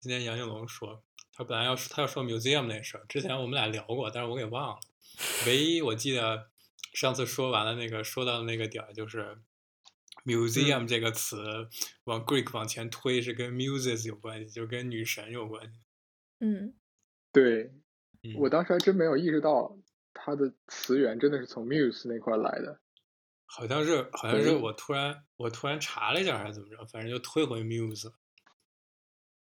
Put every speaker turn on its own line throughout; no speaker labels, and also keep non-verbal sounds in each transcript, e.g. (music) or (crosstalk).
今天杨应龙说，他本来要他要说 museum 那事儿，之前我们俩聊过，但是我给忘了。唯一我记得上次说完了那个说到的那个点儿，就是
嗯
museum 这个词往 Greek 往前推是跟 muses 有关系，就是跟女神有关系。
嗯，
对
嗯
我当时还真没有意识到它的词源真的是从 muse 那块来的。
好像是好像是
嗯
我突然我突然查了一下还是怎么着，反正就推回 muse 了。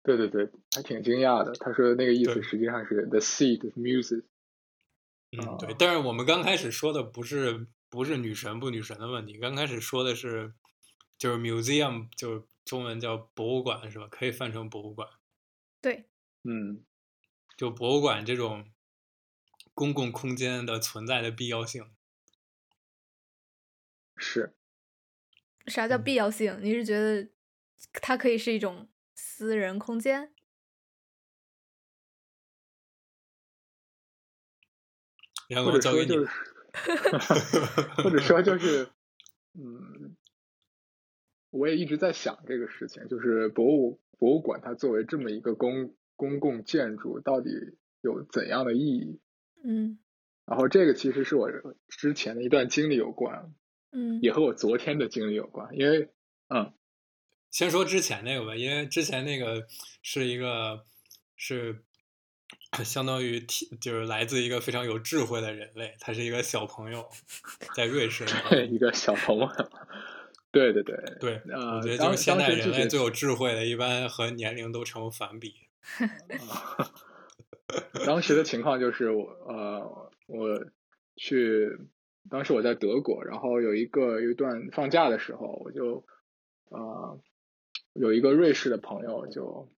对对对，还挺惊讶的。他说那个意思
对
实际上是 the seed of music。
嗯，对
哦。
但是我们刚开始说的不是不是女神不女神的问题，刚开始说的是就是 museum，就是中文叫博物馆是吧？可以翻成博物馆。
对，
嗯，
就博物馆这种公共空间的存在的必要性。
是
啥叫
嗯
必要性？你是觉得它可以是一种私人空间？
杨
或
总
者
交
说
给你
就是
了，，
或者说就是，嗯，我也一直在想这个事情，就是博物博物馆它作为这么一个公公共建筑，到底有怎样的意义？
嗯
然后这个其实是我之前的一段经历有关，
嗯
也和我昨天的经历有关，因为，嗯，
(laughs) 先说之前那个吧，因为之前那个是一个是 (coughs) 相当于提就是来自一个非常有智慧的人类，他是一个小朋友，在瑞士嘛。
(laughs) 一个小朋友，对对对，
对，
呃
我觉得就
当
是现
当
代
时
人
就
类
是
最有智慧的，一般和年龄都成反比。
当时的情况就是我呃，我去，当时我在德国，然后有一个有一段放假的时候，我就呃有一个瑞士的朋友就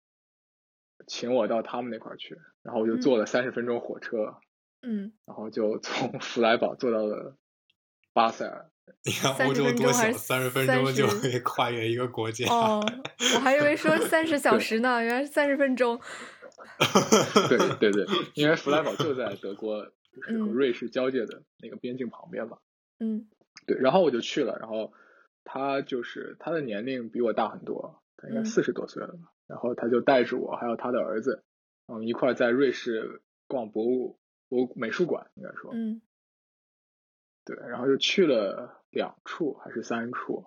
请我到他们那块儿去，然后我就
嗯
坐了三十分钟火车，
嗯，
然后就从弗莱堡坐到了巴塞尔。
你看
30
欧洲
分
多
钟还
小，
是
三十分钟就
30
可以跨越一个国家。
哦，我还以
(laughs)
为说三十小
对
时呢，原来是三十分钟。
对对对，因
(laughs)
为弗莱堡就在德国，就是和
嗯
瑞士交界的那个边境旁边嘛。
嗯
对，然后我就去了，然后他就是他的年龄比我大很多，他应该
嗯
四十多岁了吧，然后他就带着我还有他的儿子，嗯，一块儿在瑞士逛博物博物美术馆，应该说，
嗯
对，然后就去了两处还是三处，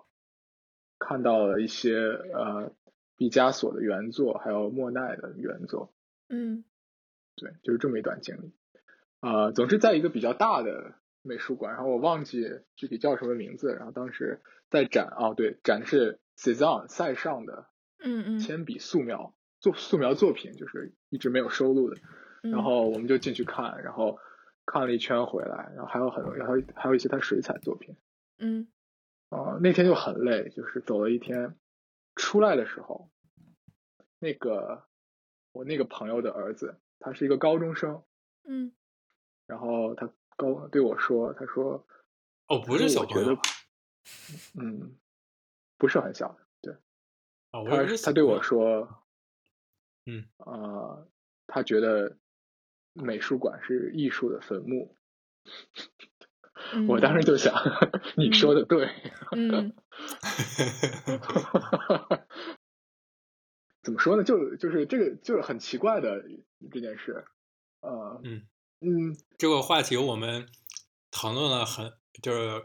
看到了一些呃毕加索的原作，还有莫奈的原作，
嗯
对，就是这么一段经历。呃，总之在一个比较大的美术馆，然后我忘记具体叫什么名字，然后当时在展，哦，对，展的是 Cezanne 塞尚的
嗯嗯
铅笔素描作素描作品，就是一直没有收录的。
嗯，
然后我们就进去看，然后看了一圈回来，然后还有很多，然后还有一些他水彩作品。
嗯
啊、那天就很累，就是走了一天，出来的时候，那个我那个朋友的儿子，他是一个高中生，
嗯
然后他高对我说，他说，
(laughs) 哦，不是小
我觉
朋友
得
吧，
嗯，不是很小，对，
哦，我以为
他
是
他
小
对
朋
我
友
说，
嗯，
呃，他觉得美术馆是艺术的坟墓，(laughs)
嗯，
我当时就想，你说的对， (laughs)
嗯
怎么说呢？就就是这个就是很奇怪的这件事，呃，
嗯
嗯，
(laughs) 这个话题我们讨论了很，就是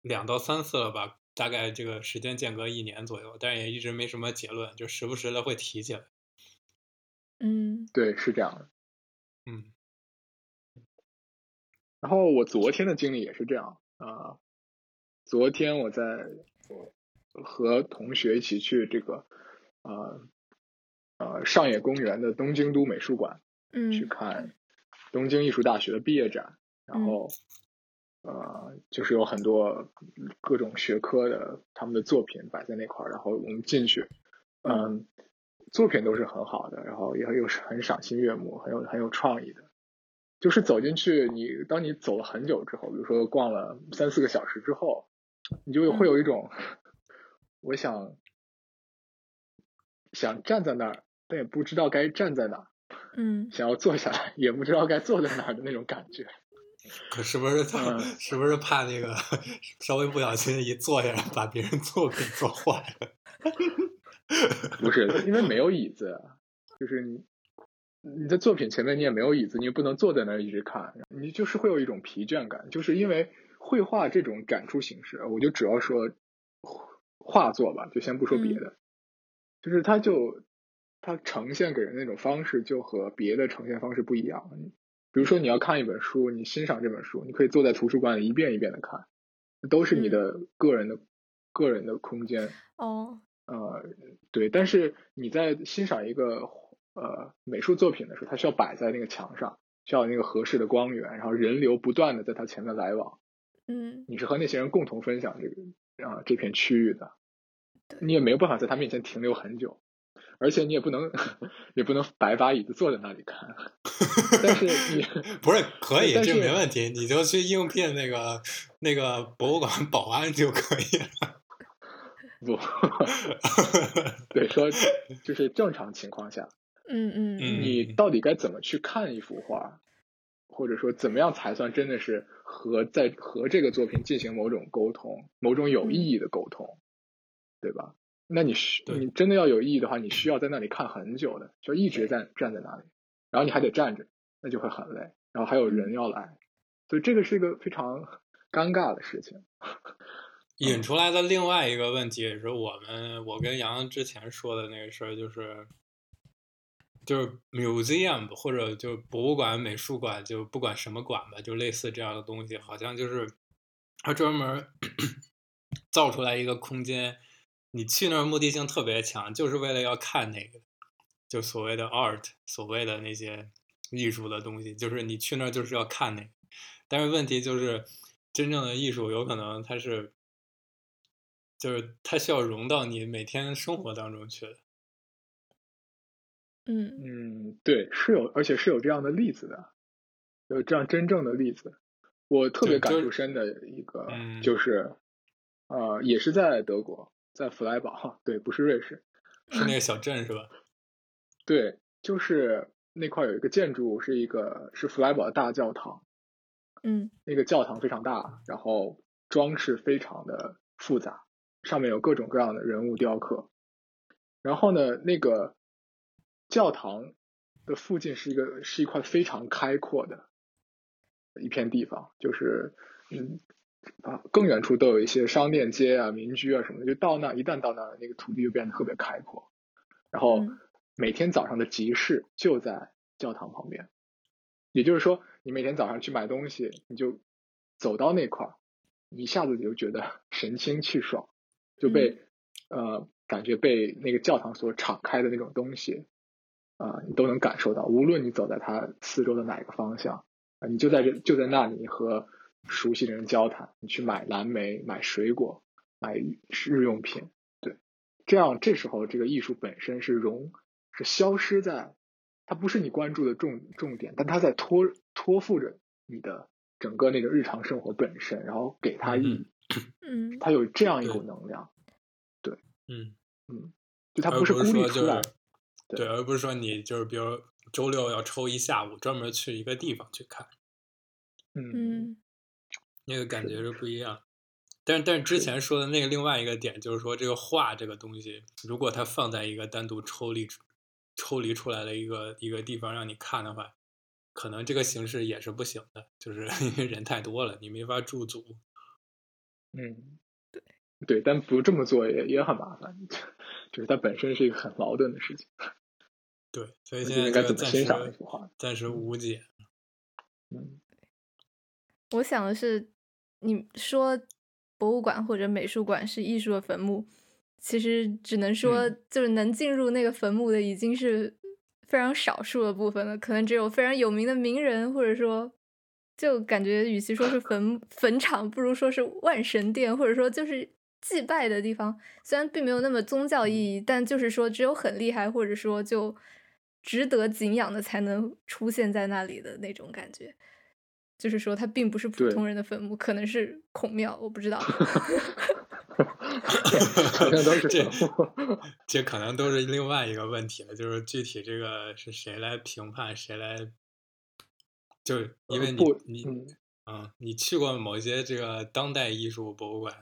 两到三次了吧，大概这个时间间隔一年左右，但是也一直没什么结论，就时不时的会提起来。
嗯
对，是这样的。
嗯
然后我昨天的经历也是这样啊、呃昨天我在我和同学一起去这个呃呃上野公园的东京都美术馆去
嗯
看东京艺术大学的毕业展，然后呃就是有很多各种学科的他们的作品摆在那块儿，然后我们进去，嗯，作品都是很好的，然后也很有很赏心悦目，很有很有创意的。就是走进去，你当你走了很久之后，比如说逛了三四个小时之后，你就会有一种，我想想站在那儿，但也不知道该站在哪儿，
嗯
想要坐下来，也不知道该坐在哪儿的那种感觉。
可是不是他、
嗯
是不是怕那 (laughs) 个稍微不小心一坐下，把别人作品坐坏了？
不是因为没有椅子，就是你你在作品前面你也没有椅子，你也不能坐在那儿一直看，你就是会有一种疲倦感，就是因为绘画这种展出形式，我就主要说画作吧，就先不说别的，就是它就它呈现给人那种方式就和别的呈现方式不一样。比如说你要看一本书，你欣赏这本书，你可以坐在图书馆里一遍一遍的看，都是你的个人的、个人的空间。
哦，
呃，对，但是你在欣赏一个呃美术作品的时候，它需要摆在那个墙上，需要有那个合适的光源，然后人流不断的在它前面来往，
嗯，
你是和那些人共同分享这个啊、这片区域的，你也没有办法在他面前停留很久，而且你也不能 (laughs) 也不能白把椅子坐在那里看，但是你
不是可以，
但
这
是
没问题，你就去应聘那个那个博物馆保安就可以了。
不 (laughs) 对说就是正常情况下，
嗯嗯
嗯
你到底该怎么去看一幅画，或者说怎么样才算真的是和在和这个作品进行某种沟通，某种有意义的沟通，对吧？那你需
嗯对
你真的要有意义的话，你需要在那里看很久的，就一直在站在那里，然后你还得站着，那就会很累，然后还有
嗯
人要来，所以这个是一个非常尴尬的事情。
引出来的另外一个问题也是我们我跟杨之前说的那个事儿，就是就是 museum 或者就是博物馆、美术馆，就不管什么馆吧，就类似这样的东西，好像就是它专门儿 (clears throat) 造出来一个空间，你去那儿目的性特别强，就是为了要看那个，就所谓的 art，所谓的那些艺术的东西，就是你去那儿就是要看那个。但是问题就是，真正的艺术有可能它是，就是它需要融到你每天生活当中去的。
嗯
嗯，对，是有，而且是有这样的例子的，有这样真正的例子。我特别
对
感
就是
触深的一个
嗯
就是，呃，也是在德国，在弗莱堡，对，不是瑞士，
是
嗯
那个小镇是吧？
对，就是那块儿有一个建筑，是一个是弗莱堡的大教堂，
嗯
那个教堂非常大，然后装饰非常的复杂，上面有各种各样的人物雕刻。然后呢，那个教堂的附近是一个是一块非常开阔的一片地方，就是嗯啊，更远处都有一些商店街啊、民居啊什么的。就到那一旦到那儿，那个土地就变得特别开阔。然后
嗯
每天早上的集市就在教堂旁边，也就是说，你每天早上去买东西，你就走到那块儿，你一下子就觉得神清气爽，就被、呃感觉被那个教堂所敞开的那种东西啊、你都能感受到。无论你走在它四周的哪一个方向，啊你就在这就在那里和熟悉的人交谈，你去买蓝莓、买水果、买日用品，对，这样这时候这个艺术本身是融是消失在，它不是你关注的重重点，但它在托托付着你的整个那个日常生活本身，然后给它意义，
嗯
它有这样一
对
股能量，
嗯，
就它
而
不是孤立
说
出
就
来
是
的，对
对，而不是说你就是比如周六要抽一下午，专门去一个地方去看，
嗯，
嗯
那个感
是
觉
的
是不一样。但是但是之
是
前说的那个另外一个点就是说，这个画这个东西，如果它放在一个单独抽离出抽离出来的一个一个地方让你看的话，可能这个形式也是不行的，就是 (laughs) 因为人太多了，你没法驻足。
嗯，对，但不这么做也也很麻烦， (laughs) 就是它本身是一个很矛盾的事情，
对，所以
就
现在
应该
就
怎
暂
么欣赏一
时
幅画？
暂时无
(laughs)
解。
嗯
我想的是，你说博物馆或者美术馆是艺术的坟墓，其实只能说
嗯
就是能进入那个坟墓的已经是非常少数的部分了，可能只有非常有名的名人，或者说就感觉与其说是坟坟场，不如说是万神殿，或者说就是祭拜的地方。虽然并没有那么宗教
嗯
意义，但就是说只有很厉害，或者说就值得敬仰的才能出现在那里的那种感觉。就是说，它并不是普
对
通人的坟墓，可能是孔庙，我
(laughs)
不知道。
好像都是
这 (laughs)
(laughs) 坟墓
这可能都是另外一个问题了，就是具体这个是谁来评判，谁来，就是因为你
呃不
你
嗯
嗯，你去过某些这个当代艺术博物馆，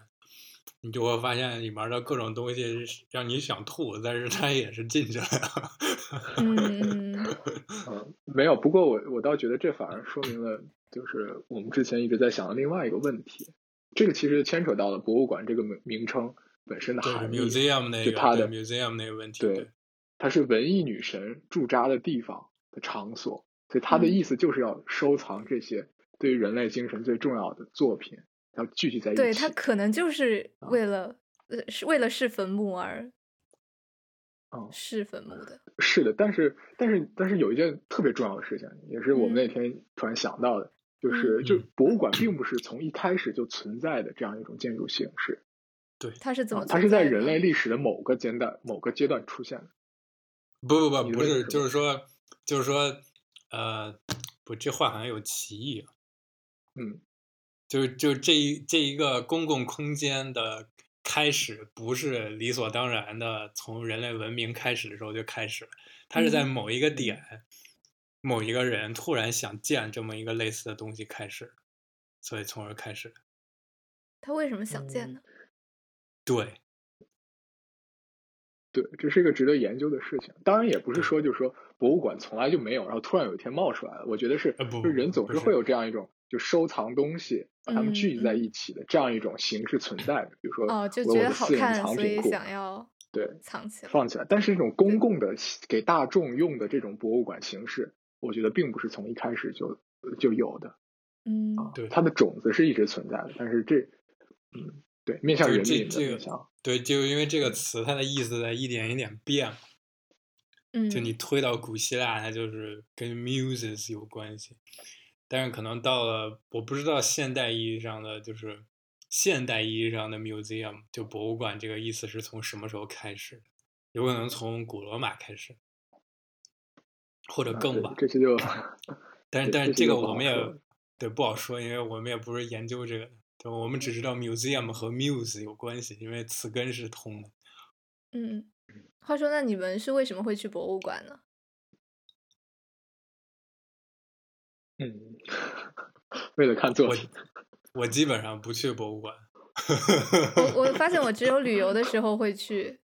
你就会发现里面的各种东西是让你想吐，但是它也是进去了。
(laughs)
嗯嗯
嗯，没有。不过我我倒觉得这反而说明了，就是我们之前一直在想的另外一个问题。这个其实牵扯到了博物馆这个名名称本身的
对
含义，
museum 那
就
个
它
对
的
museum 那个问题，
对
对
它是文艺女神驻扎的地方的场所，所以它的
嗯
意思就是要收藏这些对于人类精神最重要的作品，要聚集在一起。
对他可能就是
啊
为了呃是为了是坟墓而
嗯
是坟墓的，
是的，但是但是但是有一件特别重要的事情，也是我们
嗯
那天突然想到的，就是
嗯
就
嗯
博物馆并不是从一开始就存在的这样一种建筑形式，
他是怎么
啊、它
存
是在
的
人
呢
类历史的某个阶段某个阶段出现的。
不不
你
不，
的
不
问题
是，
是
就
吗
是说，就是说，呃，不，这话好像有歧义啊，
嗯，
就是就是这一这一个公共空间的开始，不是理所当然的从人类文明开始的时候就开始了，它是在
嗯
某一个点，某一个人突然想建这么一个类似的东西开始，所以从而开始。
他为什么想建
嗯
呢？
对，
对，这是一个值得研究的事情。当然也不是说就是说博物馆从来就没有，然后突然有一天冒出来了。我觉得是，
呃不
就人总
不
是
是
会有这样一种就收藏东西，把它们聚集在
嗯嗯
一起的这样一个形式存在的。比如说，
哦，就
我有我
觉得
的
好
私人
看，
藏
所
品
以
库，
想要
对，
藏起来。
放起来。但是这种公共的给大众用的这种博物馆形式，我觉得并不是从一开始就呃就有的，啊
嗯，
对
它的种子是一直存在的。但是这，嗯，对，面向
就
人
是这
民的
这
面
个
向，
对，就因为这个词，它的意思在一点一点变嘛。
嗯，
就你推到古希腊，它就是跟 muses 有关系，但是可能到了我不知道现代意义上的就是现代意义上的 museum 就博物馆这个意思是从什么时候开始的？有可能从古罗马开始，或者
啊
更
对
晚。
这些
(laughs)
就
但是
对
但是
这
这个
就不
我
好
们也
说了
对不好说，因为我们也不是研究这个的，对，我们只知道 museum 和 muse 有关系，因为词根是通的。
嗯，话说，那你们是为什么会去博物馆呢？
嗯， (laughs) 为了看作
我
品，
我基本上不去博物馆
我我发现我只有旅游的时候会去，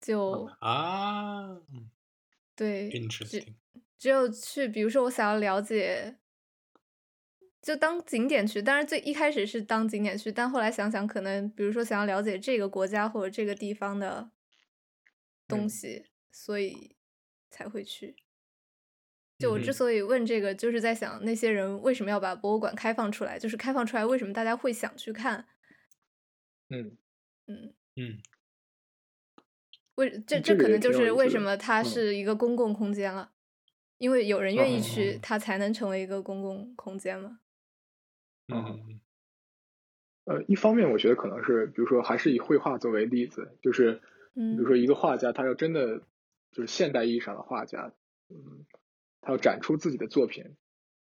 就
啊。
对，只
Interesting，
只有去，比如说我想要了解，就当景点去。当然，最一开始是当景点去，但后来想想，可能比如说想要了解这个国家或者这个地方的东
嗯
西，所以才会去。就
嗯
我
哼
之所以问这个，就是在想那些人为什么要把博物馆开放出来，就是开放出来，为什么大家会想去看？
嗯，
嗯，
嗯，
为这
嗯这个
可
也
能就
挺有
是
意
为
思
什
的
么它
嗯
是一个公共空间了，因为有人愿意去
嗯
哦，
它才能成为一个公共空间嘛。
嗯
嗯
嗯
呃，一方面我觉得可能是，比如说还是以绘画作为例子，就是比如
嗯
说一个画家，他要真的就是现代意义上的画家，嗯，他要展出自己的作品，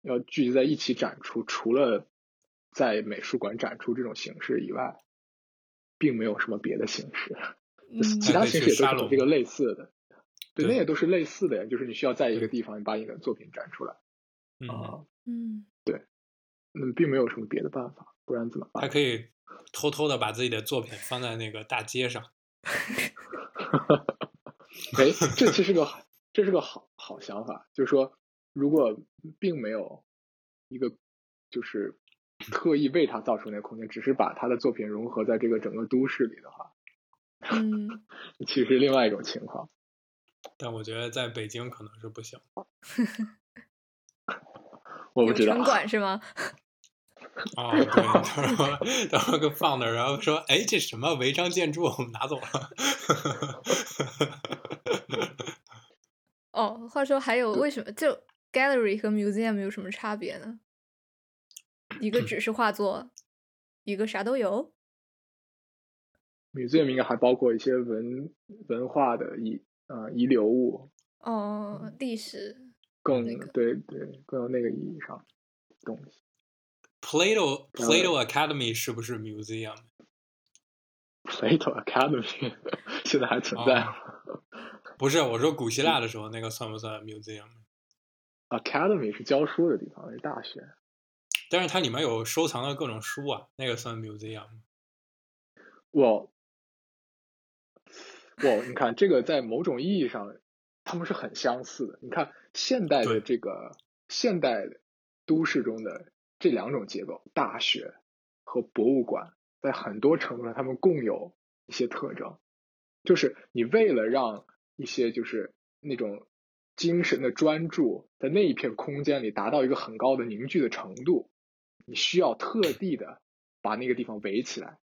要聚集在一起展出，除了在美术馆展出这种形式以外，并没有什么别的形式，就是
嗯
其他形式
还可以去
也都
沙
是
龙
这个类似的，对，
对
那也都是类似的呀，就是你需要在一个
对
地方把你的作品展出来
嗯
啊。
嗯，
嗯
嗯，并没有什么别的办法，不然怎么
还
办？
可以偷偷的把自己的作品放在那个大街上，
哎，这其实个好这是个好好想法，就是说，如果并没有一个就是特意为他造出那个空间，只是把他的作品融合在这个整个都市里的话，
嗯，
其实另外一种情况。
但我觉得在北京可能是不 (laughs) 行
(laughs) 我不
有
知道啊
城，管是吗？
哦。对，他说他说给放那儿，然后说，哎，这什么违章建筑，我们拿走了。
哦，话说还有为什么就 gallery 和 museum 有什么差别呢？一
嗯
个只是画作，一个啥都有。
museum 应该还包括一些文文化的遗呃遗留物，嗯
哦，历史。
更
那个
对对更有那个意义上的东西。
Plato Plato Academy 是不是 museum？
Plato Academy (laughs) 现在还存在吗、
不是，我说古希腊的时候那个算不算 museum？
a c a d e m y 是教书的地方，是大学。
但是它里面有收藏的各种书啊，那个算 museum。
哇哇，你看这个在某种意义上，他们是很相似的。你看现代的
对
这个现代都市中的这两种结构，大学和博物馆，在很多程度上，他们共有一些特征，就是你为了让一些就是那种精神的专注在那一片空间里达到一个很高的凝聚的程度，你需要特地的把那个地方围起来，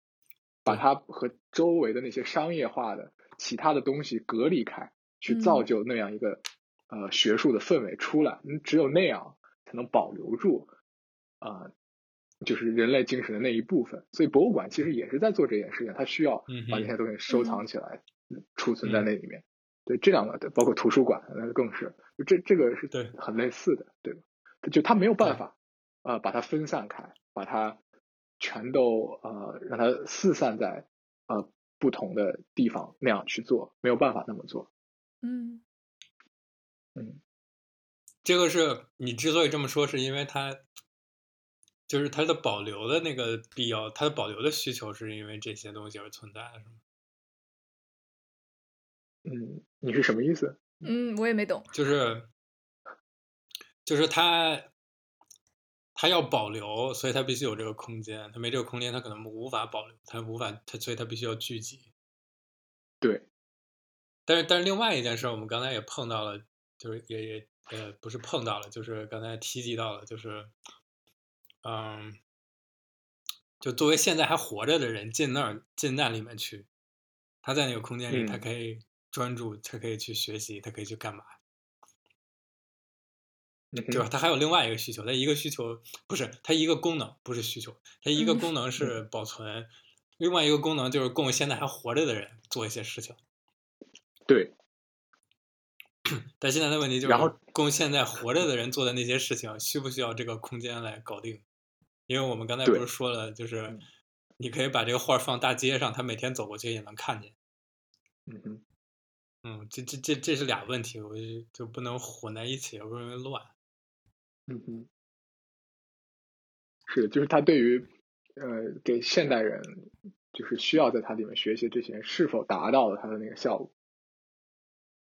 把它和周围的那些商业化的其他的东西隔离开，去
嗯
造就那样一个、呃学术的氛围出来。嗯只有那样才能保留住啊、呃就是人类精神的那一部分。所以博物馆其实也是在做这件事情，它需要
嗯哼嗯
把那些东西收藏起来，储存在那里面。对，这两个对包括图书馆，那更是就这这个是
对
很类似的，对吧？就它没有办法呃把它分散开，把它全都呃让它四散在呃不同的地方那样去做，没有办法那么做。
嗯
这个是你之所以这么说，是因为它就是它的保留的那个必要，它的保留的需求是因为这些东西而存在的，是吗？
嗯，你是什么意思？
嗯，我也没懂。
就是就是它它要保留，所以它必须有这个空间，它没这个空间，它可能无法保留，它无法它，所以它必须要聚集。
对，
但是但是另外一件事儿，我们刚才也碰到了，就是也也呃不是碰到了，就是刚才提及到了，就是嗯，就作为现在还活着的人进那儿进那里面去，他在那个空间里，他
嗯
可以专注，他可以去学习，他可以去干嘛？
嗯
对吧？
哼，
它还有另外一个需求，它一个需求不是它一个功能，不是需求，它一个
嗯
功能是保存，另外一个功能就是供现在还活着的人做一些事情。
对，
但现在的问题就是，
然后
供现在活着的人做的那些事情，需不需要这个空间来搞定？因为我们刚才不
对嗯
是说了，就是你可以把这个画儿放大街上，他每天走过去也能看见。
嗯哼，
嗯，这这这这是俩问题，我就就不能混在一起，要不容易乱。
嗯哼，是，就是他对于呃给现代人就是需要在它里面学习这些人是否达到了它的那个效果，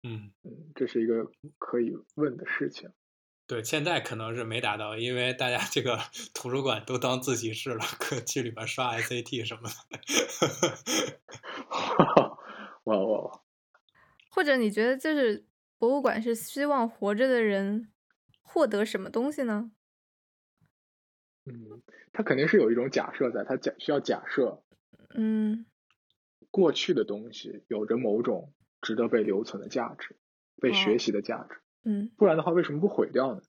嗯，
嗯，这是一个可以问的事情。 (laughs)
对，现在可能是没达到，因为大家这个 (laughs) 图书馆都当自习室了，可去里边刷 SAT 什么的。
哇哇，
或者你觉得就是博物馆是希望活着的人获得什么东西呢？
嗯，他肯定是有一种假设在，他假需要假设
嗯
过去的东西有着某种值得被留存的价值，被学
哦
习的价值，
嗯
不然的话为什么不毁掉呢？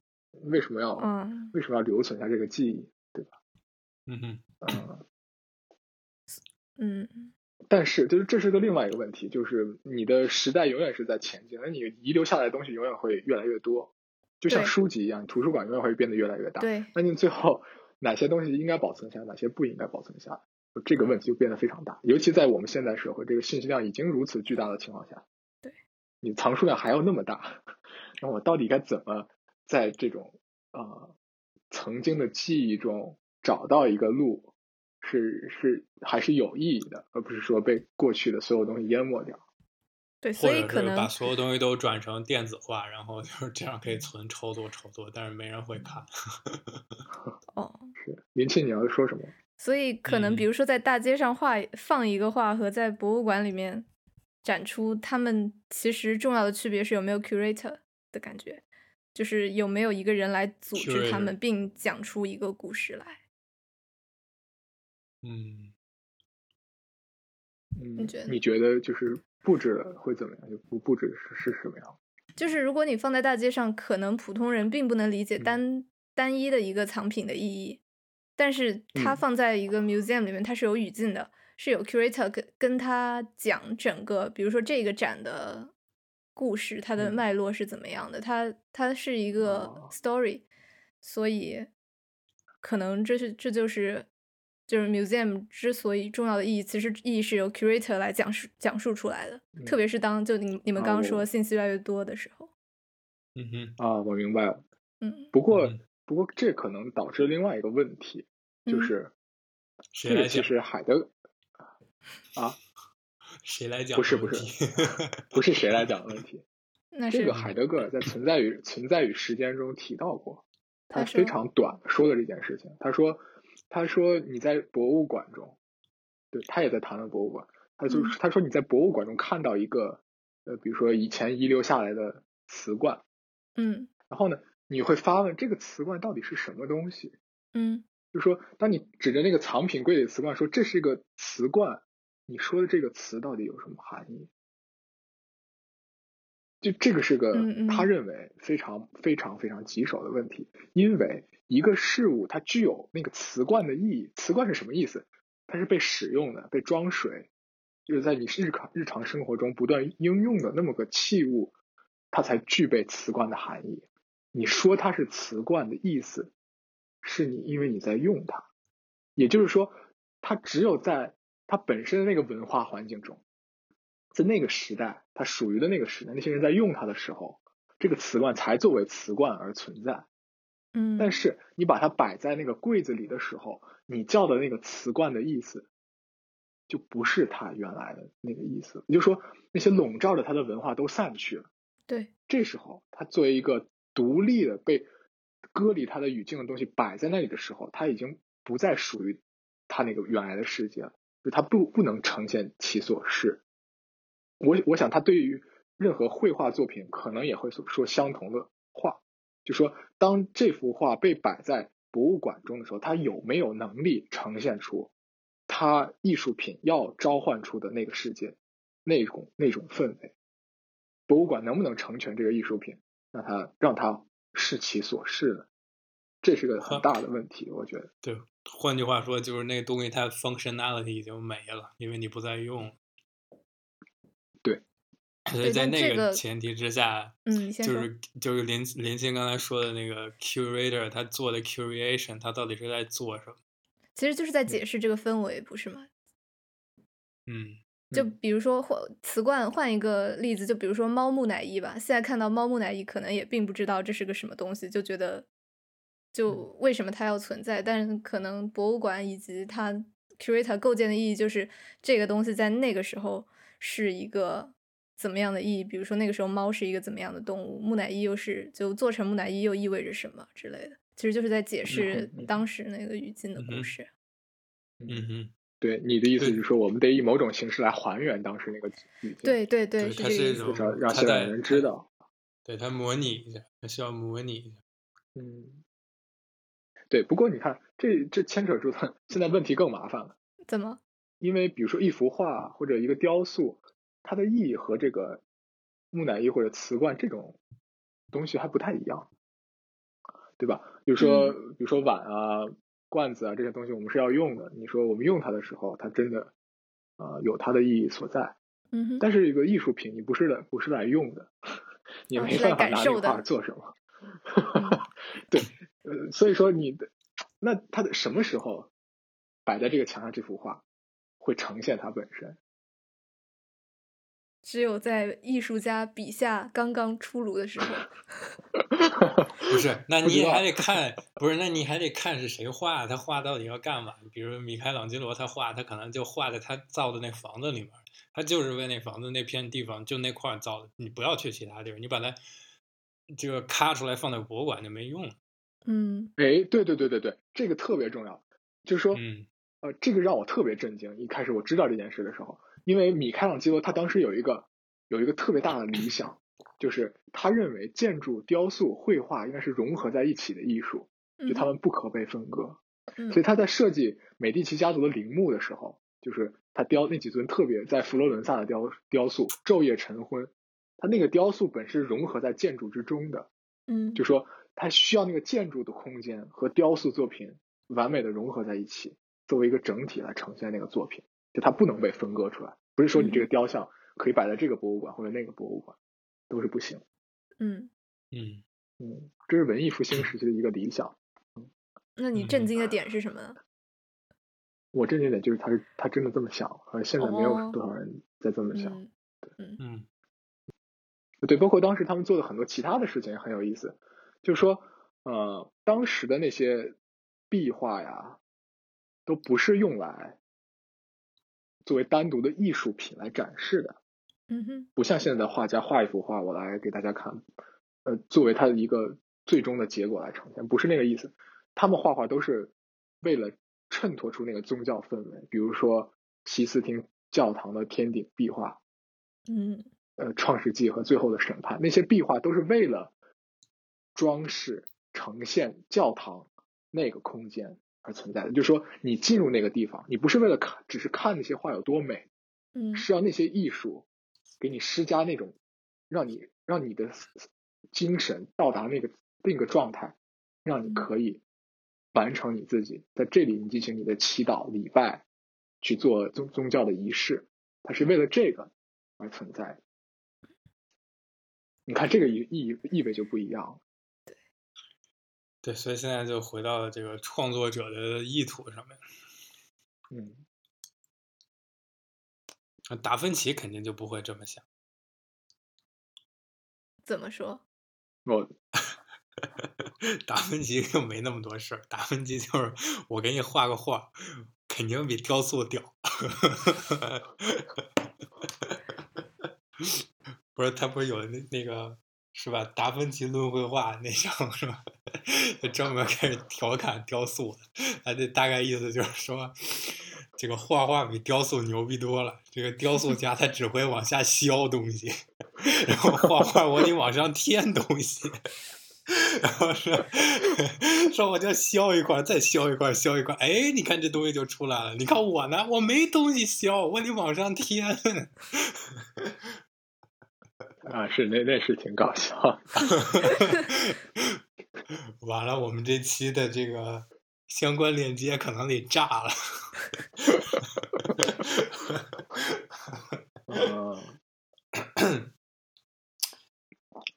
为什么要、
嗯，
为什么要留存下这个记忆？
嗯哼，
嗯，
嗯
但是就是这是个另外一个问题，就是你的时代永远是在前进，那你遗留下来的东西永远会越来越多，就像
对
书籍一样，图书馆永远会变得越来越大。
对，
那你最后哪些东西应该保存下来，哪些不应该保存下来，就这个问题就变得非常大。尤其在我们现代社会，这个信息量已经如此巨大的情况下，
对，
你藏书量还要那么大，那我到底该怎么在这种呃曾经的记忆中找到一个路，是是还是有意义的，而不是说被过去的所有东西淹没掉。
对，所
或
以
者
可
是把
能
所有东西都转成电子化，然后就是这样可以存超多超多，但是没人会看。
哦，
是林沁，你要说什么？
所以可能比
嗯
如说在大街上画放一个画和在博物馆里面展出，他们其实重要的区别是有没有 curator 的感觉，就是有没有一个人来组织他
Curator
们，并讲出一个故事来。
嗯，
嗯
觉得，
你觉得就是布置了会怎么样？就不布置是是什么样？
就是如果你放在大街上，可能普通人并不能理解
嗯
单、单一的一个藏品的意义，但是它
嗯
放在一个 museum 里面，它是有语境的，是有 curator 跟跟他讲整个，比如说这个展的故事，它的
嗯
脉络是怎么样的，它它是一个
哦
story，所以可能这是这就是。就是 museum 之所以重要的意义，其实意义是由 curator 来讲述讲述出来的，特
嗯
别是当就你你们
啊
刚刚
我
说信息越来越多的时候。
嗯哼，
啊，我明白了。
嗯，
不过
嗯，
不过这可能导致另外一个问题，就
嗯
是
谁
这个
来
其
讲？
实海德啊，
谁来讲？
不是不是，不是谁来讲的问题。
那
这
是
个海德格尔在《存在与存在与时间》中提到过，
他
他
说
非常短地说了这件事情。他说，他说你在博物馆中，对他也在谈论博物馆。他就
嗯
他说你在博物馆中看到一个，呃，比如说以前遗留下来的瓷罐，
嗯
然后呢，你会发问这个瓷罐到底是什么东西？
嗯
就是说，当你指着那个藏品柜里的瓷罐说这是一个瓷罐，你说的这个词到底有什么含义？就这个是个
嗯嗯
他认为非常非常非常棘手的问题，因为一个事物它具有那个瓷罐的意义。瓷罐是什么意思？它是被使用的、被装水，就是在你日常日常生活中不断应用的那么个器物，它才具备瓷罐的含义。你说它是瓷罐的意思，是你因为你在用它，也就是说，它只有在它本身的那个文化环境中，在那个时代，它属于的那个时代，那些人在用它的时候，这个瓷罐才作为瓷罐而存在。
嗯，
但是你把它摆在那个柜子里的时候，你叫的那个瓷罐的意思，就不是它原来的那个意思。也就是说，那些笼罩着它的文化都散去了。
嗯对，
这时候，它作为一个独立的被割离它的语境的东西摆在那里的时候，它已经不再属于它那个原来的世界了，就它不不能呈现其所是。我我想，它对于任何绘画作品，可能也会说说相同的话，就说当这幅画被摆在博物馆中的时候，它有没有能力呈现出它艺术品要召唤出的那个世界，那种那种氛围。博物馆能不能成全这个艺术品，让它让它是其所是呢？这是个很大的问题，我觉得。
对， (laughs) 换句话说，就是那个东西它 functionality 已经没了，因为你不再用。
对，
所
对
以在
但这
那
个
个前提之下，
嗯，你先
就
说，
是就是林林星刚才说的那个 curator，他做的 curation，他到底是在做什么？
其实就是在
嗯
解释这个氛围，不是吗？
嗯，
就
嗯
比如说换瓷罐，换一个例子，就比如说猫木乃伊吧。现在看到猫木乃伊，可能也并不知道这是个什么东西，就觉得就
嗯
为什么它要存在。但是可能博物馆以及它 curator 构建的意义，就是这个东西在那个时候是一个怎么样的意义？比如说那个时候猫是一个怎么样的动物，木乃伊又是就做成木乃伊又意味着什么之类的。其实就是在解释
嗯嗯
当时那个语境的故
嗯
事。
嗯哼，
对你的意思
对
是说，我们得以某种形式来还原当时那个语境，，
对对对，
对
是
它
这个
是
意
一
思
种。
至少让
它
现
在
代人知道。
对他模拟一下，他需要模拟一下。
嗯，对。不过你看，这这牵扯出的现在问题更麻烦了，
怎么？
因为比如说一幅画或者一个雕塑，它的意义和这个木乃伊或者瓷罐这种东西还不太一样，对吧？比如说，比如说碗啊、罐子啊这些东西，我们是要用的。你说我们用它的时候，它真的呃有它的意义所在。
嗯哼。
但是一个艺术品，你不是来不是来用的， (laughs) 你
啊
没
是来
办法
感
拿那
受
个
的
画做什么。
嗯
(laughs) 对，呃，所以说你的那它的什么时候摆在这个墙上这幅画会呈现它本身？ (laughs)
只有在艺术家笔下刚刚出炉的时候，
不是，那
不
你
知
也还
道 (laughs)
得看，不是，那你还得看是谁画，他画到底要干嘛？比如米开朗基罗，他画，他可能就画在他造的那房子里面儿，他就是为那房子那片地方就那块儿造的，你不要去其他地儿，你把它这个咔出来放在博物馆就没用了。
嗯
哎，对对对对对，这个特别重要。就是说，
嗯
呃，这个让我特别震惊。一开始我知道这件事的时候，因为米开朗基罗他当时有一个有一个特别大的理想，就是他认为建筑、雕塑、绘画应该是融合在一起的艺术，
嗯
就他们不可被分割。
嗯
所以他在设计美第奇家族的陵墓的时候，就是他雕那几尊特别在佛罗伦萨的雕雕塑《昼夜晨昏》，他那个雕塑本是融合在建筑之中的。
嗯
就说它需要那个建筑的空间和雕塑作品完美的融合在一起，作为一个整体来呈现那个作品，就它不能被分割出来。不是说你这个
嗯
雕像可以摆在这个博物馆或者那个博物馆，都是不行。
嗯，
嗯，
嗯，这是文艺复兴时期的一个理想。
那你
嗯
震惊的点是什么呢？
我这一点就是他是他真的这么想，而现在没
哦
有多少人在这么想。
嗯
嗯
对，包括当时他们做的很多其他的事情也很有意思，就是说，呃，当时的那些壁画呀，都不是用来作为单独的艺术品来展示的，
嗯哼，
不像现在的画家画一幅画，我来给大家看，呃，作为他的一个最终的结果来呈现，不是那个意思。他们画画都是为了衬托出那个宗教氛围，比如说西斯廷教堂的天顶壁画，
嗯
呃，《创世纪》和《最后的审判》那些壁画都是为了装饰呈现教堂那个空间而存在的。就是说，你进入那个地方，你不是为了看，只是看那些画有多美，
嗯
是要那些艺术给你施加那种让你让你的精神到达那个那个状态，让你可以完成你自己，在这里你进行你的祈祷、礼拜，去做宗宗教的仪式，它是为了这个而存在的。你看这个意意意味就不一样了。
对，所以现在就回到了这个创作者的意图上面。
嗯，
那达芬奇肯定就不会这么想。
怎么说？
我
达芬奇就没那么多事儿，达芬奇就是我给你画个画，肯定比雕塑屌。 (laughs) 不是他不是有那那个是吧？达芬奇论绘画那项是吧？ (laughs) 他专门开始调侃雕塑的，他这大概意思就是说，这个画画比雕塑牛逼多了。这个雕塑家他只会往下削东西， (laughs) 然后画画我得往上添东西。然后说 (laughs) 说我就削一块儿，再削一块儿，削一块儿，哎，你看这东西就出来了。你看我呢，我没东西削，我得往上添。 (laughs)
啊，是那那是挺搞笑。
完了，我们这期的这个相关链接可能得炸了。 (coughs)
嗯，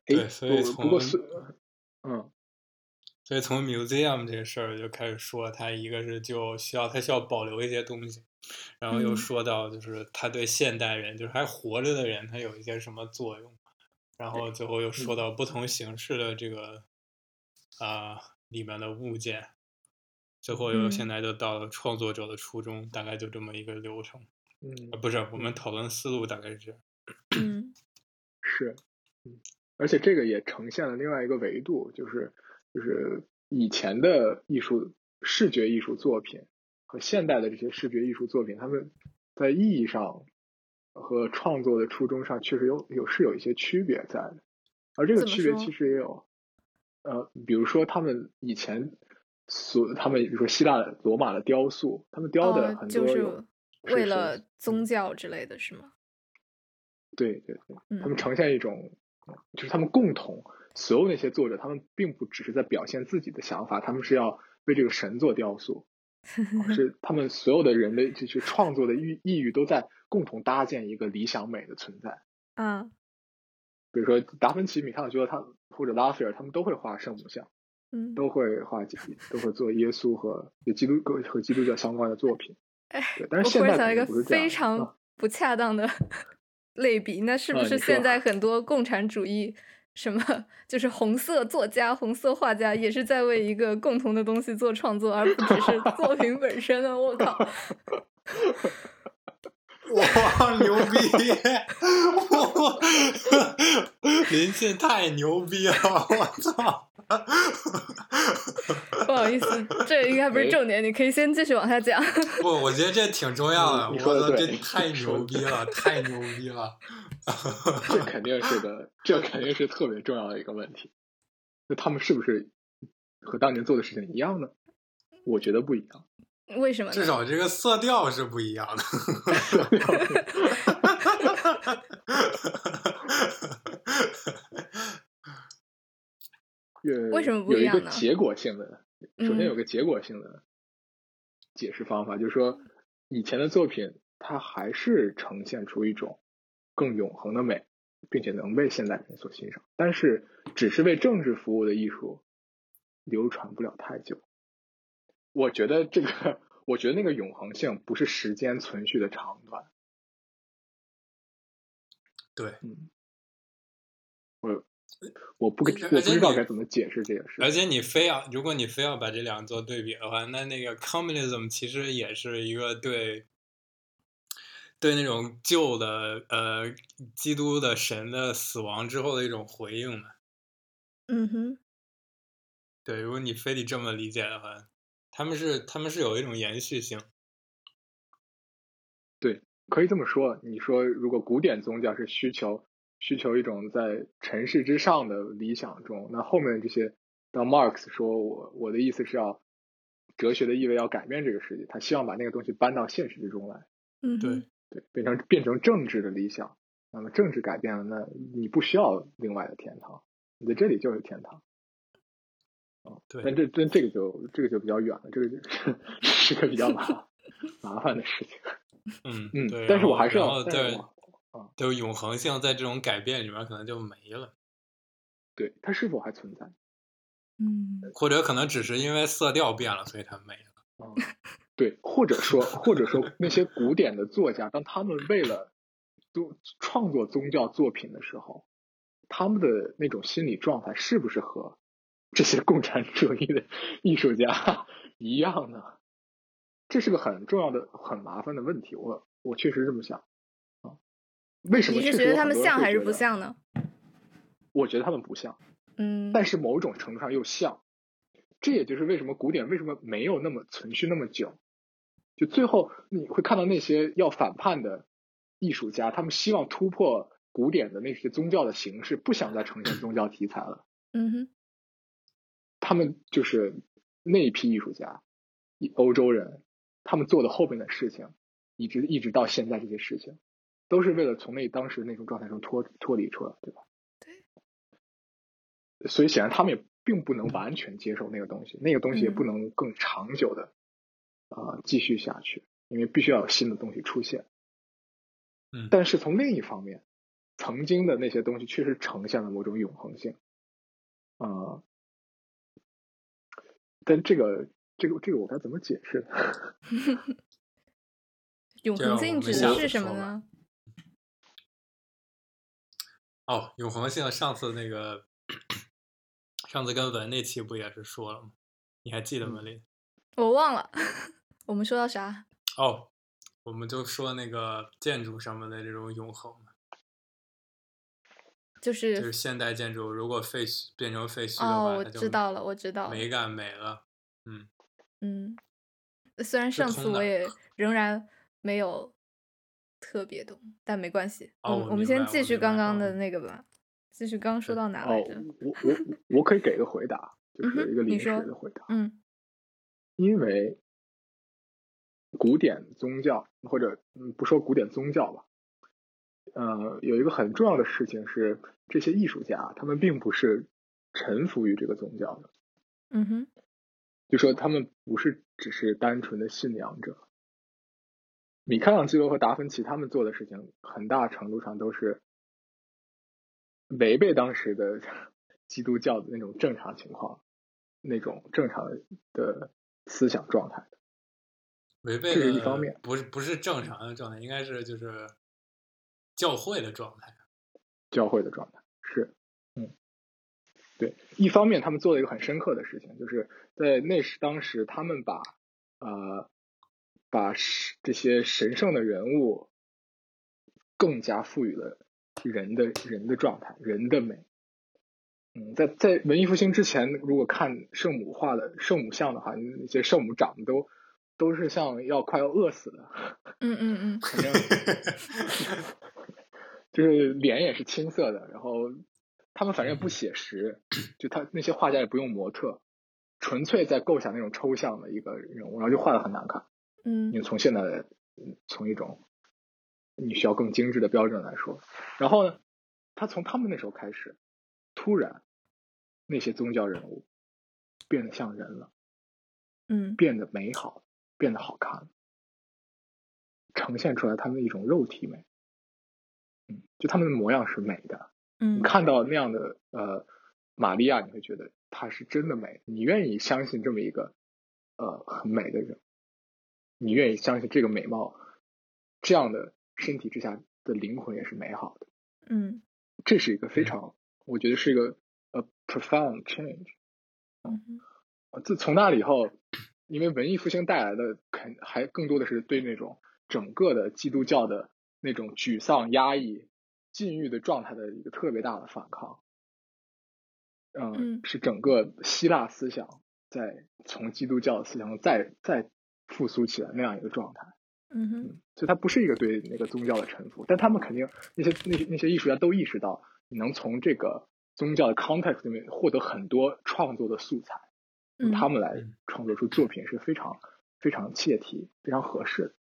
对
哎
所以
不不过
从
是，嗯，
所以从 museum 这个事儿就开始说，它一个是就需要它需要保留一些东西，然后又
嗯
说到就是它对现代人，就是还活着的人，它有一些什么作用，然后最后又说到不同形式的这个啊、里面的物件，最后又
嗯
现在就到了创作者的初衷，大概就这么一个流程，
嗯
啊，不是我们讨论思路大概是这样，
嗯
是，嗯，而且这个也呈现了另外一个维度，就是就是以前的艺术视觉艺术作品和现代的这些视觉艺术作品，他们在意义上和创作的初衷上确实有有是有一些区别在的，而这个
怎么
区别
说
其实也有，呃，比如说他们以前所他们比如说希腊的罗马的雕塑，他们雕的
哦，
很
就
多
是
有、
为
是
了宗
嗯
教之类的是吗？
对对对。他们
嗯
呈现一种，就是他们共同所有那些作者，他们并不只是在表现自己的想法，他们是要为这个神做雕
(laughs)
塑，啊是他们所有的人的就是创作的意意欲都在共同搭建一个理想美的存在。
啊，
比如说达芬奇、米开朗基罗他或者拉斐尔，他们都会画圣母像，
嗯，
都会画都会做耶稣和基督和基督教相关的作品。
哎，
对，但是
我
现
忽
代
然想到一
可
个
能不是这样
非
的啊
常不恰当的 (laughs) 类比，那是不
啊
是
你说
现在很多共产主义什么就是红色作家、红色画家也是在为一个共同的东西做创作，而不只是作
(laughs)
品本身呢？我靠，
哇，牛逼！ (laughs) 哇，林信太牛逼了，我操！
不好意思，这应该不是
哎
重点，你可以先继续往下讲。
(laughs) 不，我觉得这挺重要的。
嗯
我
你说得
操，这
对
太
你说
牛
得
逼了，太牛逼
(laughs)
了！
这肯定是的，这肯定是特别重要的一个问题。那他们是不是和当年做的事情一样呢？我觉得不一样。
为什么
至
呢？
少这个色调是不一样的。
呃，
为什么不一样呢
有一个结果性的，首先
嗯
有个结果性的解释方法，就是说以前的作品它还是呈现出一种更永恒的美，并且能被现代人所欣赏，但是只是为政治服务的艺术流传不了太久。我觉得这个，我觉得那个永恒性不是时间存续的长短，
对，
嗯，我我不我
而且
不知道
哎你
该怎么解释这个事
(laughs) 而
情。
且你非要，如果你非要把这两个做对比的话，那那个 communism 其实也是一个对对那种旧的呃基督的神的死亡之后的一种回应嘛。
嗯哼，
对，如果你非得这么理解的话，他们是他们是有一种延续性。
可以这么说，你说如果古典宗教是需求需求一种在尘世之上的理想中，那后面这些，当 Marx 说我我的意思是要哲学的意味要改变这个世界，他希望把那个东西搬到现实之中来，
嗯
对
哼，
对，变成变成政治的理想。那么政治改变了，那你不需要另外的天堂，你在这里就是天堂。
对，
但这但这个就这个就比较远了，这个就是 (laughs) 是个比较麻
(laughs)
烦麻烦的事情。
嗯
嗯
对，，
但
然
是我
后
还是
然
要
后
但是
对
我
对永恒性在这种改变里面可能就没了，
对它是否还存在？
嗯
或者可能只是因为色调变了，所以它没了。
(laughs)
嗯，对，或者说，或者说那些古典的作家，当他们为了都创作宗教作品的时候，他们的那种心理状态是不是和这些共产主义的 (laughs) 艺术家 (laughs) 一样呢？这是个很重要的、很麻烦的问题。我我确实这么想啊。为什么？
你是觉得他们像还是不？像呢？
我觉得他们不像。
嗯，
但是某种程度上又像。这也就是为什么古典为什么没有那么存续那么久，就最后你会看到那些要反叛的艺术家，他们希望突破古典的那些宗教的形式，不想再呈现宗教题材了。
嗯哼，
他们就是那一批艺术家，一欧洲人，他们做的后边的事情，一直一直到现在这些事情，都是为了从那当时那种状态中脱脱离出来，对吧？对。所以显然他们也并不能完全接受那个东西，那个东西也不能更长久的啊、继续下去，因为必须要有新的东西出现。
嗯
但是从另一方面，曾经的那些东西确实呈现了某种永恒性，啊、但这个这个这个我该怎么解释呢？
永
这样
恒
我
性
们
指
下
的
次
是什
说
么
吧
呢？
哦，永恒性上次那个上次跟文那期不也是说了吗？你还记得吗？
嗯
林、
我忘了， (laughs) 我们说到啥？
哦，我们就说那个建筑上面的这种永恒嘛，就
就
是
是
现代建筑如果废墟变成废墟的话，
哦，我
它就
知道了，我知道了，
美感没了。
嗯，虽然
是
上
通
次
的
我也仍然没有特别懂，但没关系。
哦
我
我
们我们
明
先
白
继
我
续
明
刚
白嗯
刚的
哦
那个吧，继续刚刚说到哪来
哦
着？，
我我我我可以给个回答，就
嗯哼
是一个
你
临时
说
的回答，
嗯
因为古典宗教或者嗯不说古典宗教吧，呃，有一个很重要的事情是，这些艺术家他们并不是臣服于这个宗教的，
嗯哼，
就说他们不是只是单纯的信仰者。米开朗基罗和达芬奇他们做的事情，很大程度上都是违背当时的 (laughs) 基督教的那种正常情况，那种正常的思想状态。
违背
这是一
了
方面
不是不是正常的状态，应该是就是教会的状态。
教会的状态。是，嗯，对，一方面他们做了一个很深刻的事情，就是在那时当时他们把呃把是这些神圣的人物更加赋予了人的人的状态，人的美。嗯，在在文艺复兴之前，如果看圣母画的圣母像的话，那些圣母长得都都是像要快要饿死的，
嗯嗯嗯，
反正 (laughs) 就是脸也是青色的，然后他们反正也不写实，就他那些画家也不用模特，纯粹在构想那种抽象的一个人物，然后就画的很难看。因为
嗯
从现在的嗯从一种你需要更精致的标准来说，然后呢，他从他们那时候开始，突然那些宗教人物变得像人了。
嗯
变得美好，变得好看，呈现出来他们一种肉体美。嗯，就他们的模样是美的，你
嗯，
看到那样的呃玛利亚，你会觉得她是真的美，你愿意相信这么一个呃很美的人，你愿意相信这个美貌，这样的身体之下的灵魂也是美好的。
嗯
这是一个非常，我觉得是一个呃 profound change。
嗯哼
自从那了以后，因为文艺复兴带来的肯还更多的是对那种整个的基督教的那种沮丧、压抑、禁欲的状态的一个特别大的反抗。
嗯
嗯，是整个希腊思想在从基督教思想再再复苏起来那样一个状态。
嗯哼，
所以它不是一个对那个宗教的臣服，但他们肯定那些那些那些艺术家都意识到，你能从这个宗教的 context 里面获得很多创作的素材，
嗯
他们来
嗯
创作出作品是非常非常切题、非常合适的。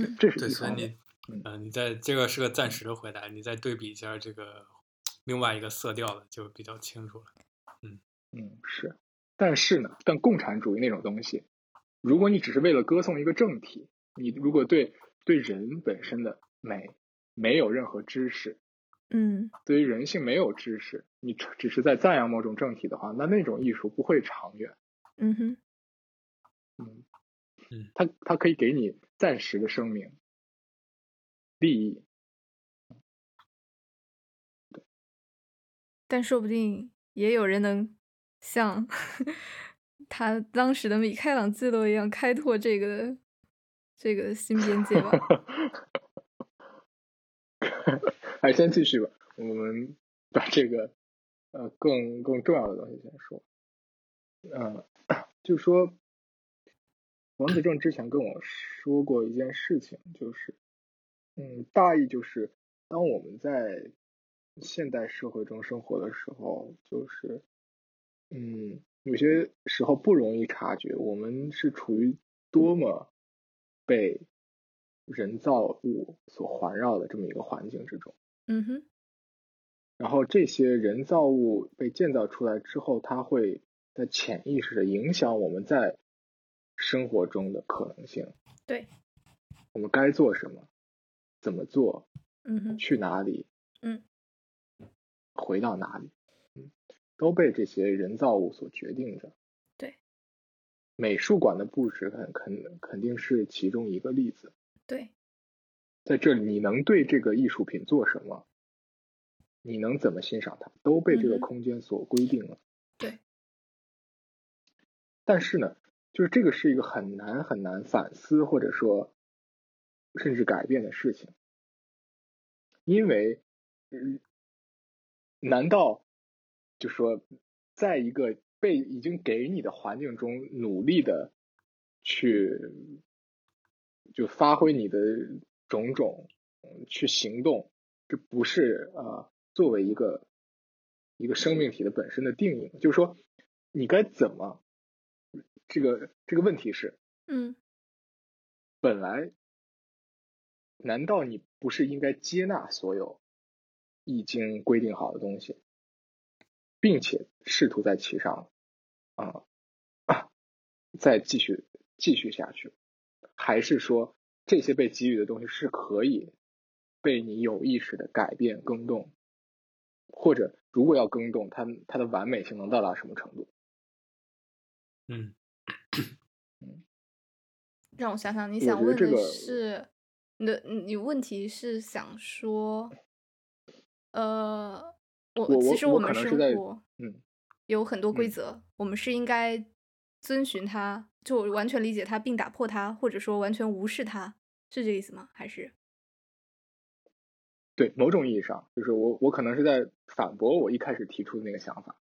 嗯
这是
对，
一
所以
方
你
面。，嗯
呃，你在这个是个暂时的回答，你再对比一下这个另外一个色调的，就比较清楚了。
嗯，是。但是呢，但共产主义那种东西，如果你只是为了歌颂一个政体，你如果对对人本身的美没有任何知识，
嗯
对于人性没有知识，你只只是在赞扬某种政体的话，那那种艺术不会长远。
嗯哼，
嗯
嗯，
它它可以给你暂时的声明、利益，
但说不定也有人能像 (laughs) 他当时的米开朗基罗一样开拓这个这个新边界
(laughs)
吧。
(laughs) 哎，先继续吧，我们把这个呃更更重要的东西先说。嗯、就是说，王子正之前跟我说过一件事情，就是，嗯，大意就是，当我们在现代社会中生活的时候，就是，嗯，有些时候不容易察觉我们是处于多么被人造物所环绕的这么一个环境之中。
嗯哼，
然后这些人造物被建造出来之后，它会在潜意识的影响我们在生活中的可能性。
对，
我们该做什么，怎么做，
嗯哼，
去哪里，
嗯，
回到哪里，嗯，都被这些人造物所决定着。
对，
美术馆的布置肯肯肯定是其中一个例子。
对，
在这里，你能对这个艺术品做什么？你能怎么欣赏它，都被这
嗯哼
个空间所规定了。
对。
但是呢，就是这个是一个很难很难反思或者说甚至改变的事情，因为，嗯，难道就说在一个被已经给你的环境中努力的去就发挥你的种种，嗯去行动，这不是呃作为一个一个生命体的本身的定义，就是说你该怎么这个这个问题是
嗯
本来难道你不是应该接纳所有已经规定好的东西，并且试图在其上啊、啊再继续继续下去，还是说这些被给予的东西是可以被你有意识的改变更动，或者如果要更动，它它的完美性能到达什么程度？
嗯，
让我想想，你
我
想
觉得
问
这
的
个
是，你的你问题是想说，呃，
我
其
我
实
我
们
可能
生
是在
活
嗯
有很多规
嗯
则，我们是应该遵循它，就完全理解它并打破它，或者说完全无视它，是这个意思吗？还是
对，某种意义上，就是我我可能是在反驳我一开始提出的那个想法，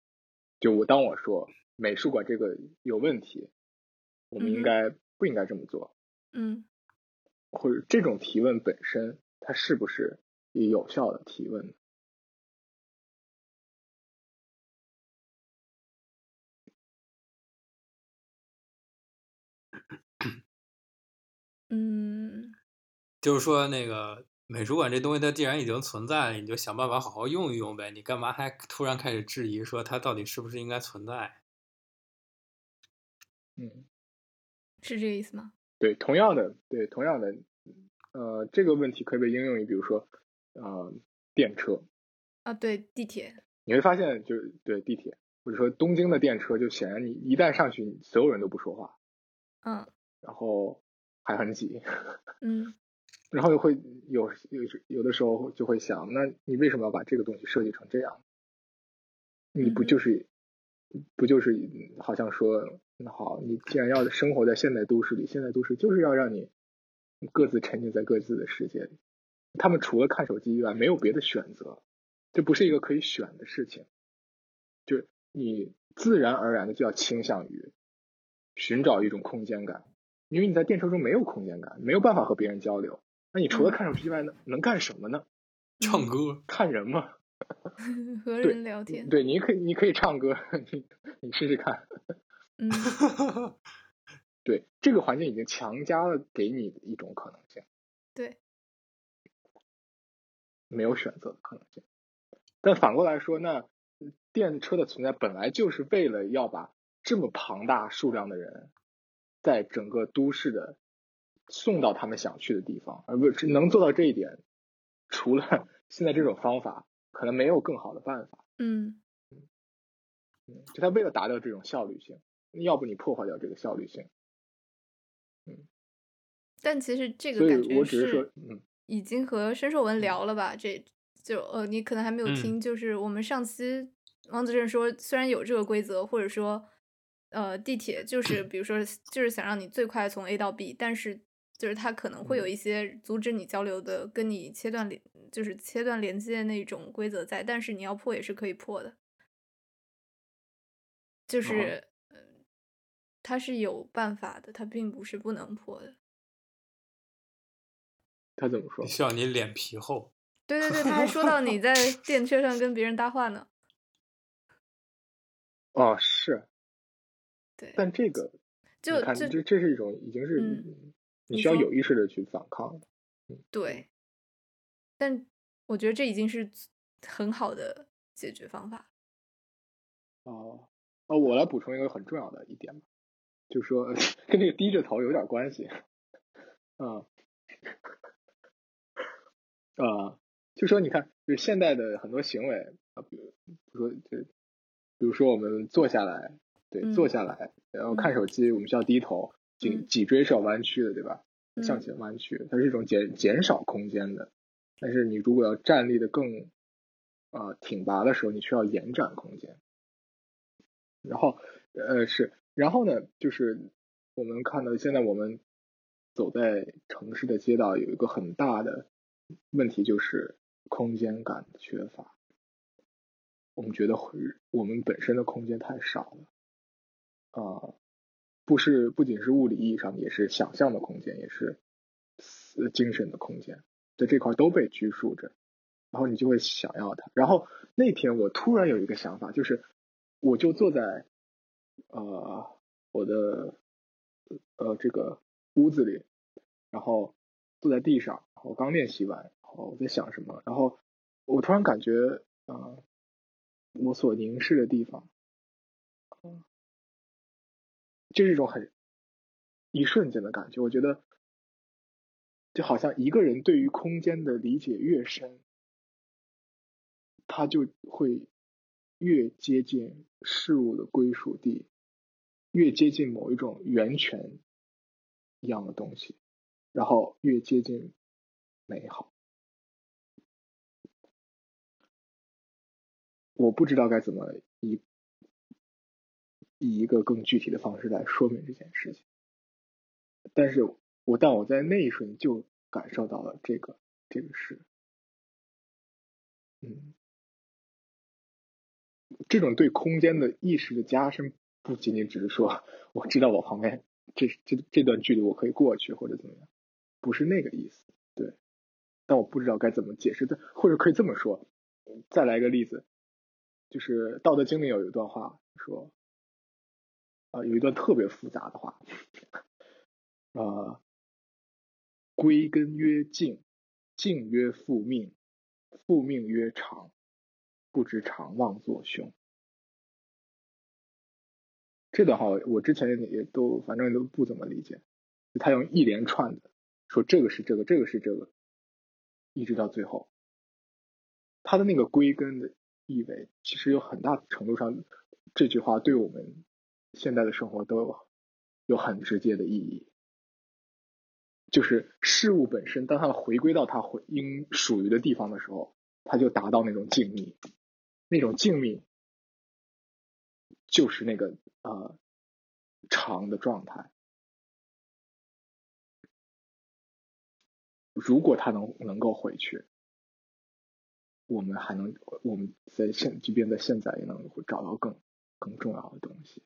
就我当我说美术馆这个有问题，我们
嗯哼
应该不应该这么做，
嗯
或者这种提问本身它是不是一个有效的提问呢？
嗯
就是说那个美术馆这东西，它既然已经存在了，你就想办法好好用一用呗。你干嘛还突然开始质疑说它到底是不是应该存在？
嗯，
是这个意思吗？
对，同样的，对，同样的，呃，这个问题可以被应用于，比如说，呃，电车，
啊，对，地铁，
你会发现就，是对地铁，或者说东京的电车，就显然你一旦上去，所有人都不说话，
嗯
然后还很挤。
嗯
然后就会有有有的时候就会想，那你为什么要把这个东西设计成这样？你不
嗯哼
就是、不就是好像说，那好，你既然要生活在现代都市里，现代都市就是要让你各自沉浸在各自的世界里。他们除了看手机以外，没有别的选择，这不是一个可以选的事情，就是你自然而然的就要倾向于寻找一种空间感，因为你在电车中没有空间感，没有办法和别人交流。那你除了看手机以外，能能干什么呢？嗯
唱歌，
看人吗？
嗯和人聊天，
对，你可以，你可以唱歌， (laughs) 你你试试看。
嗯，
对，这个环境已经强加了给你的一种可能性，
对，
没有选择的可能性。但反过来说，那电车的存在本来就是为了要把这么庞大数量的人，在整个都市的送到他们想去的地方，而不是能做到这一点，除了 (laughs) 现在这种方法，可能没有更好的办法。
嗯
嗯，就他为了达到这种效率性，要不你破坏掉这个效率性，
但其实这个
所
感
以
觉
我只是说，嗯，
已经和申硕文聊了吧？这就呃，你可能还没有
嗯
听，就是我们上期王子正说，虽然有这个规则，或者说呃地铁就是
嗯
比如说就是想让你最快从 A 到 B，但是就是它可能会
嗯
有一些阻止你交流的，跟你切断连就是切断连接的那种规则在，但是你要破也是可以破的，
啊
就是。呃它是有办法的，它并不是不能破的。
他怎么说？
(laughs) 需要你脸皮厚。
对对对，他还说到
(laughs)
你在电车上跟别人搭话呢。
哦，是，
对，
但这个
就
你看，
就
这这是一种已经是、
嗯
你
你
需要
说
有意识的去反抗的。
对，但我觉得这已经是很好的解决方法。
哦，哦，我来补充一个很重要的一点吧，就是说跟这个低着头有点关系。嗯，啊，就说你看，就是现代的很多行为，啊，比如比如说就，比如说我们坐下来，对，坐
嗯
下来，然后
嗯
看手机，我们需要低头，颈、
嗯
脊椎是要弯曲的，对吧？向
嗯
前弯曲，它是一种减减少空间的。但是你如果要站立的更呃挺拔的时候，你需要延展空间。然后呃是，然后呢就是我们看到现在我们走在城市的街道，有一个很大的问题就是空间感的缺乏。我们觉得会我们本身的空间太少了，啊、不是不仅是物理意义上的，也是想象的空间，也是呃精神的空间，在这块都被拘束着，然后你就会想要它。然后那天我突然有一个想法，就是我就坐在呃我的呃这个屋子里，然后坐在地上，然后刚练习完，然后我在想什么，然后我突然感觉呃我所凝视的地方。这是一种很一瞬间的感觉。我觉得，就好像一个人对于空间的理解越深，他就会越接近事物的归属地，越接近某一种源泉一样的东西，然后越接近美好。我不知道该怎么以以一个更具体的方式来说明这件事情。但是我但我在那一瞬就感受到了这个这个事，嗯，这种对空间的意识的加深，不仅仅只是说我知道我旁边这这这段距离我可以过去或者怎么样，不是那个意思，对。但我不知道该怎么解释，但或者可以这么说，再来一个例子，就是《道德经》里有一段话说，啊、有一段特别复杂的话，啊，归根曰静，静曰复命，复命曰长，不知长妄作凶。这段话我我之前也都反正都不怎么理解，就他用一连串的说这个是这个，这个是这个，一直到最后，他的那个归根的意味，其实有很大程度上，这句话对我们现在的生活都有有很直接的意义。就是事物本身，当它回归到它回应属于的地方的时候，它就达到那种静谧，那种静谧就是那个呃长的状态。如果他能能够回去，我们还能我们在现即便在现在也能找到更更重要的东西。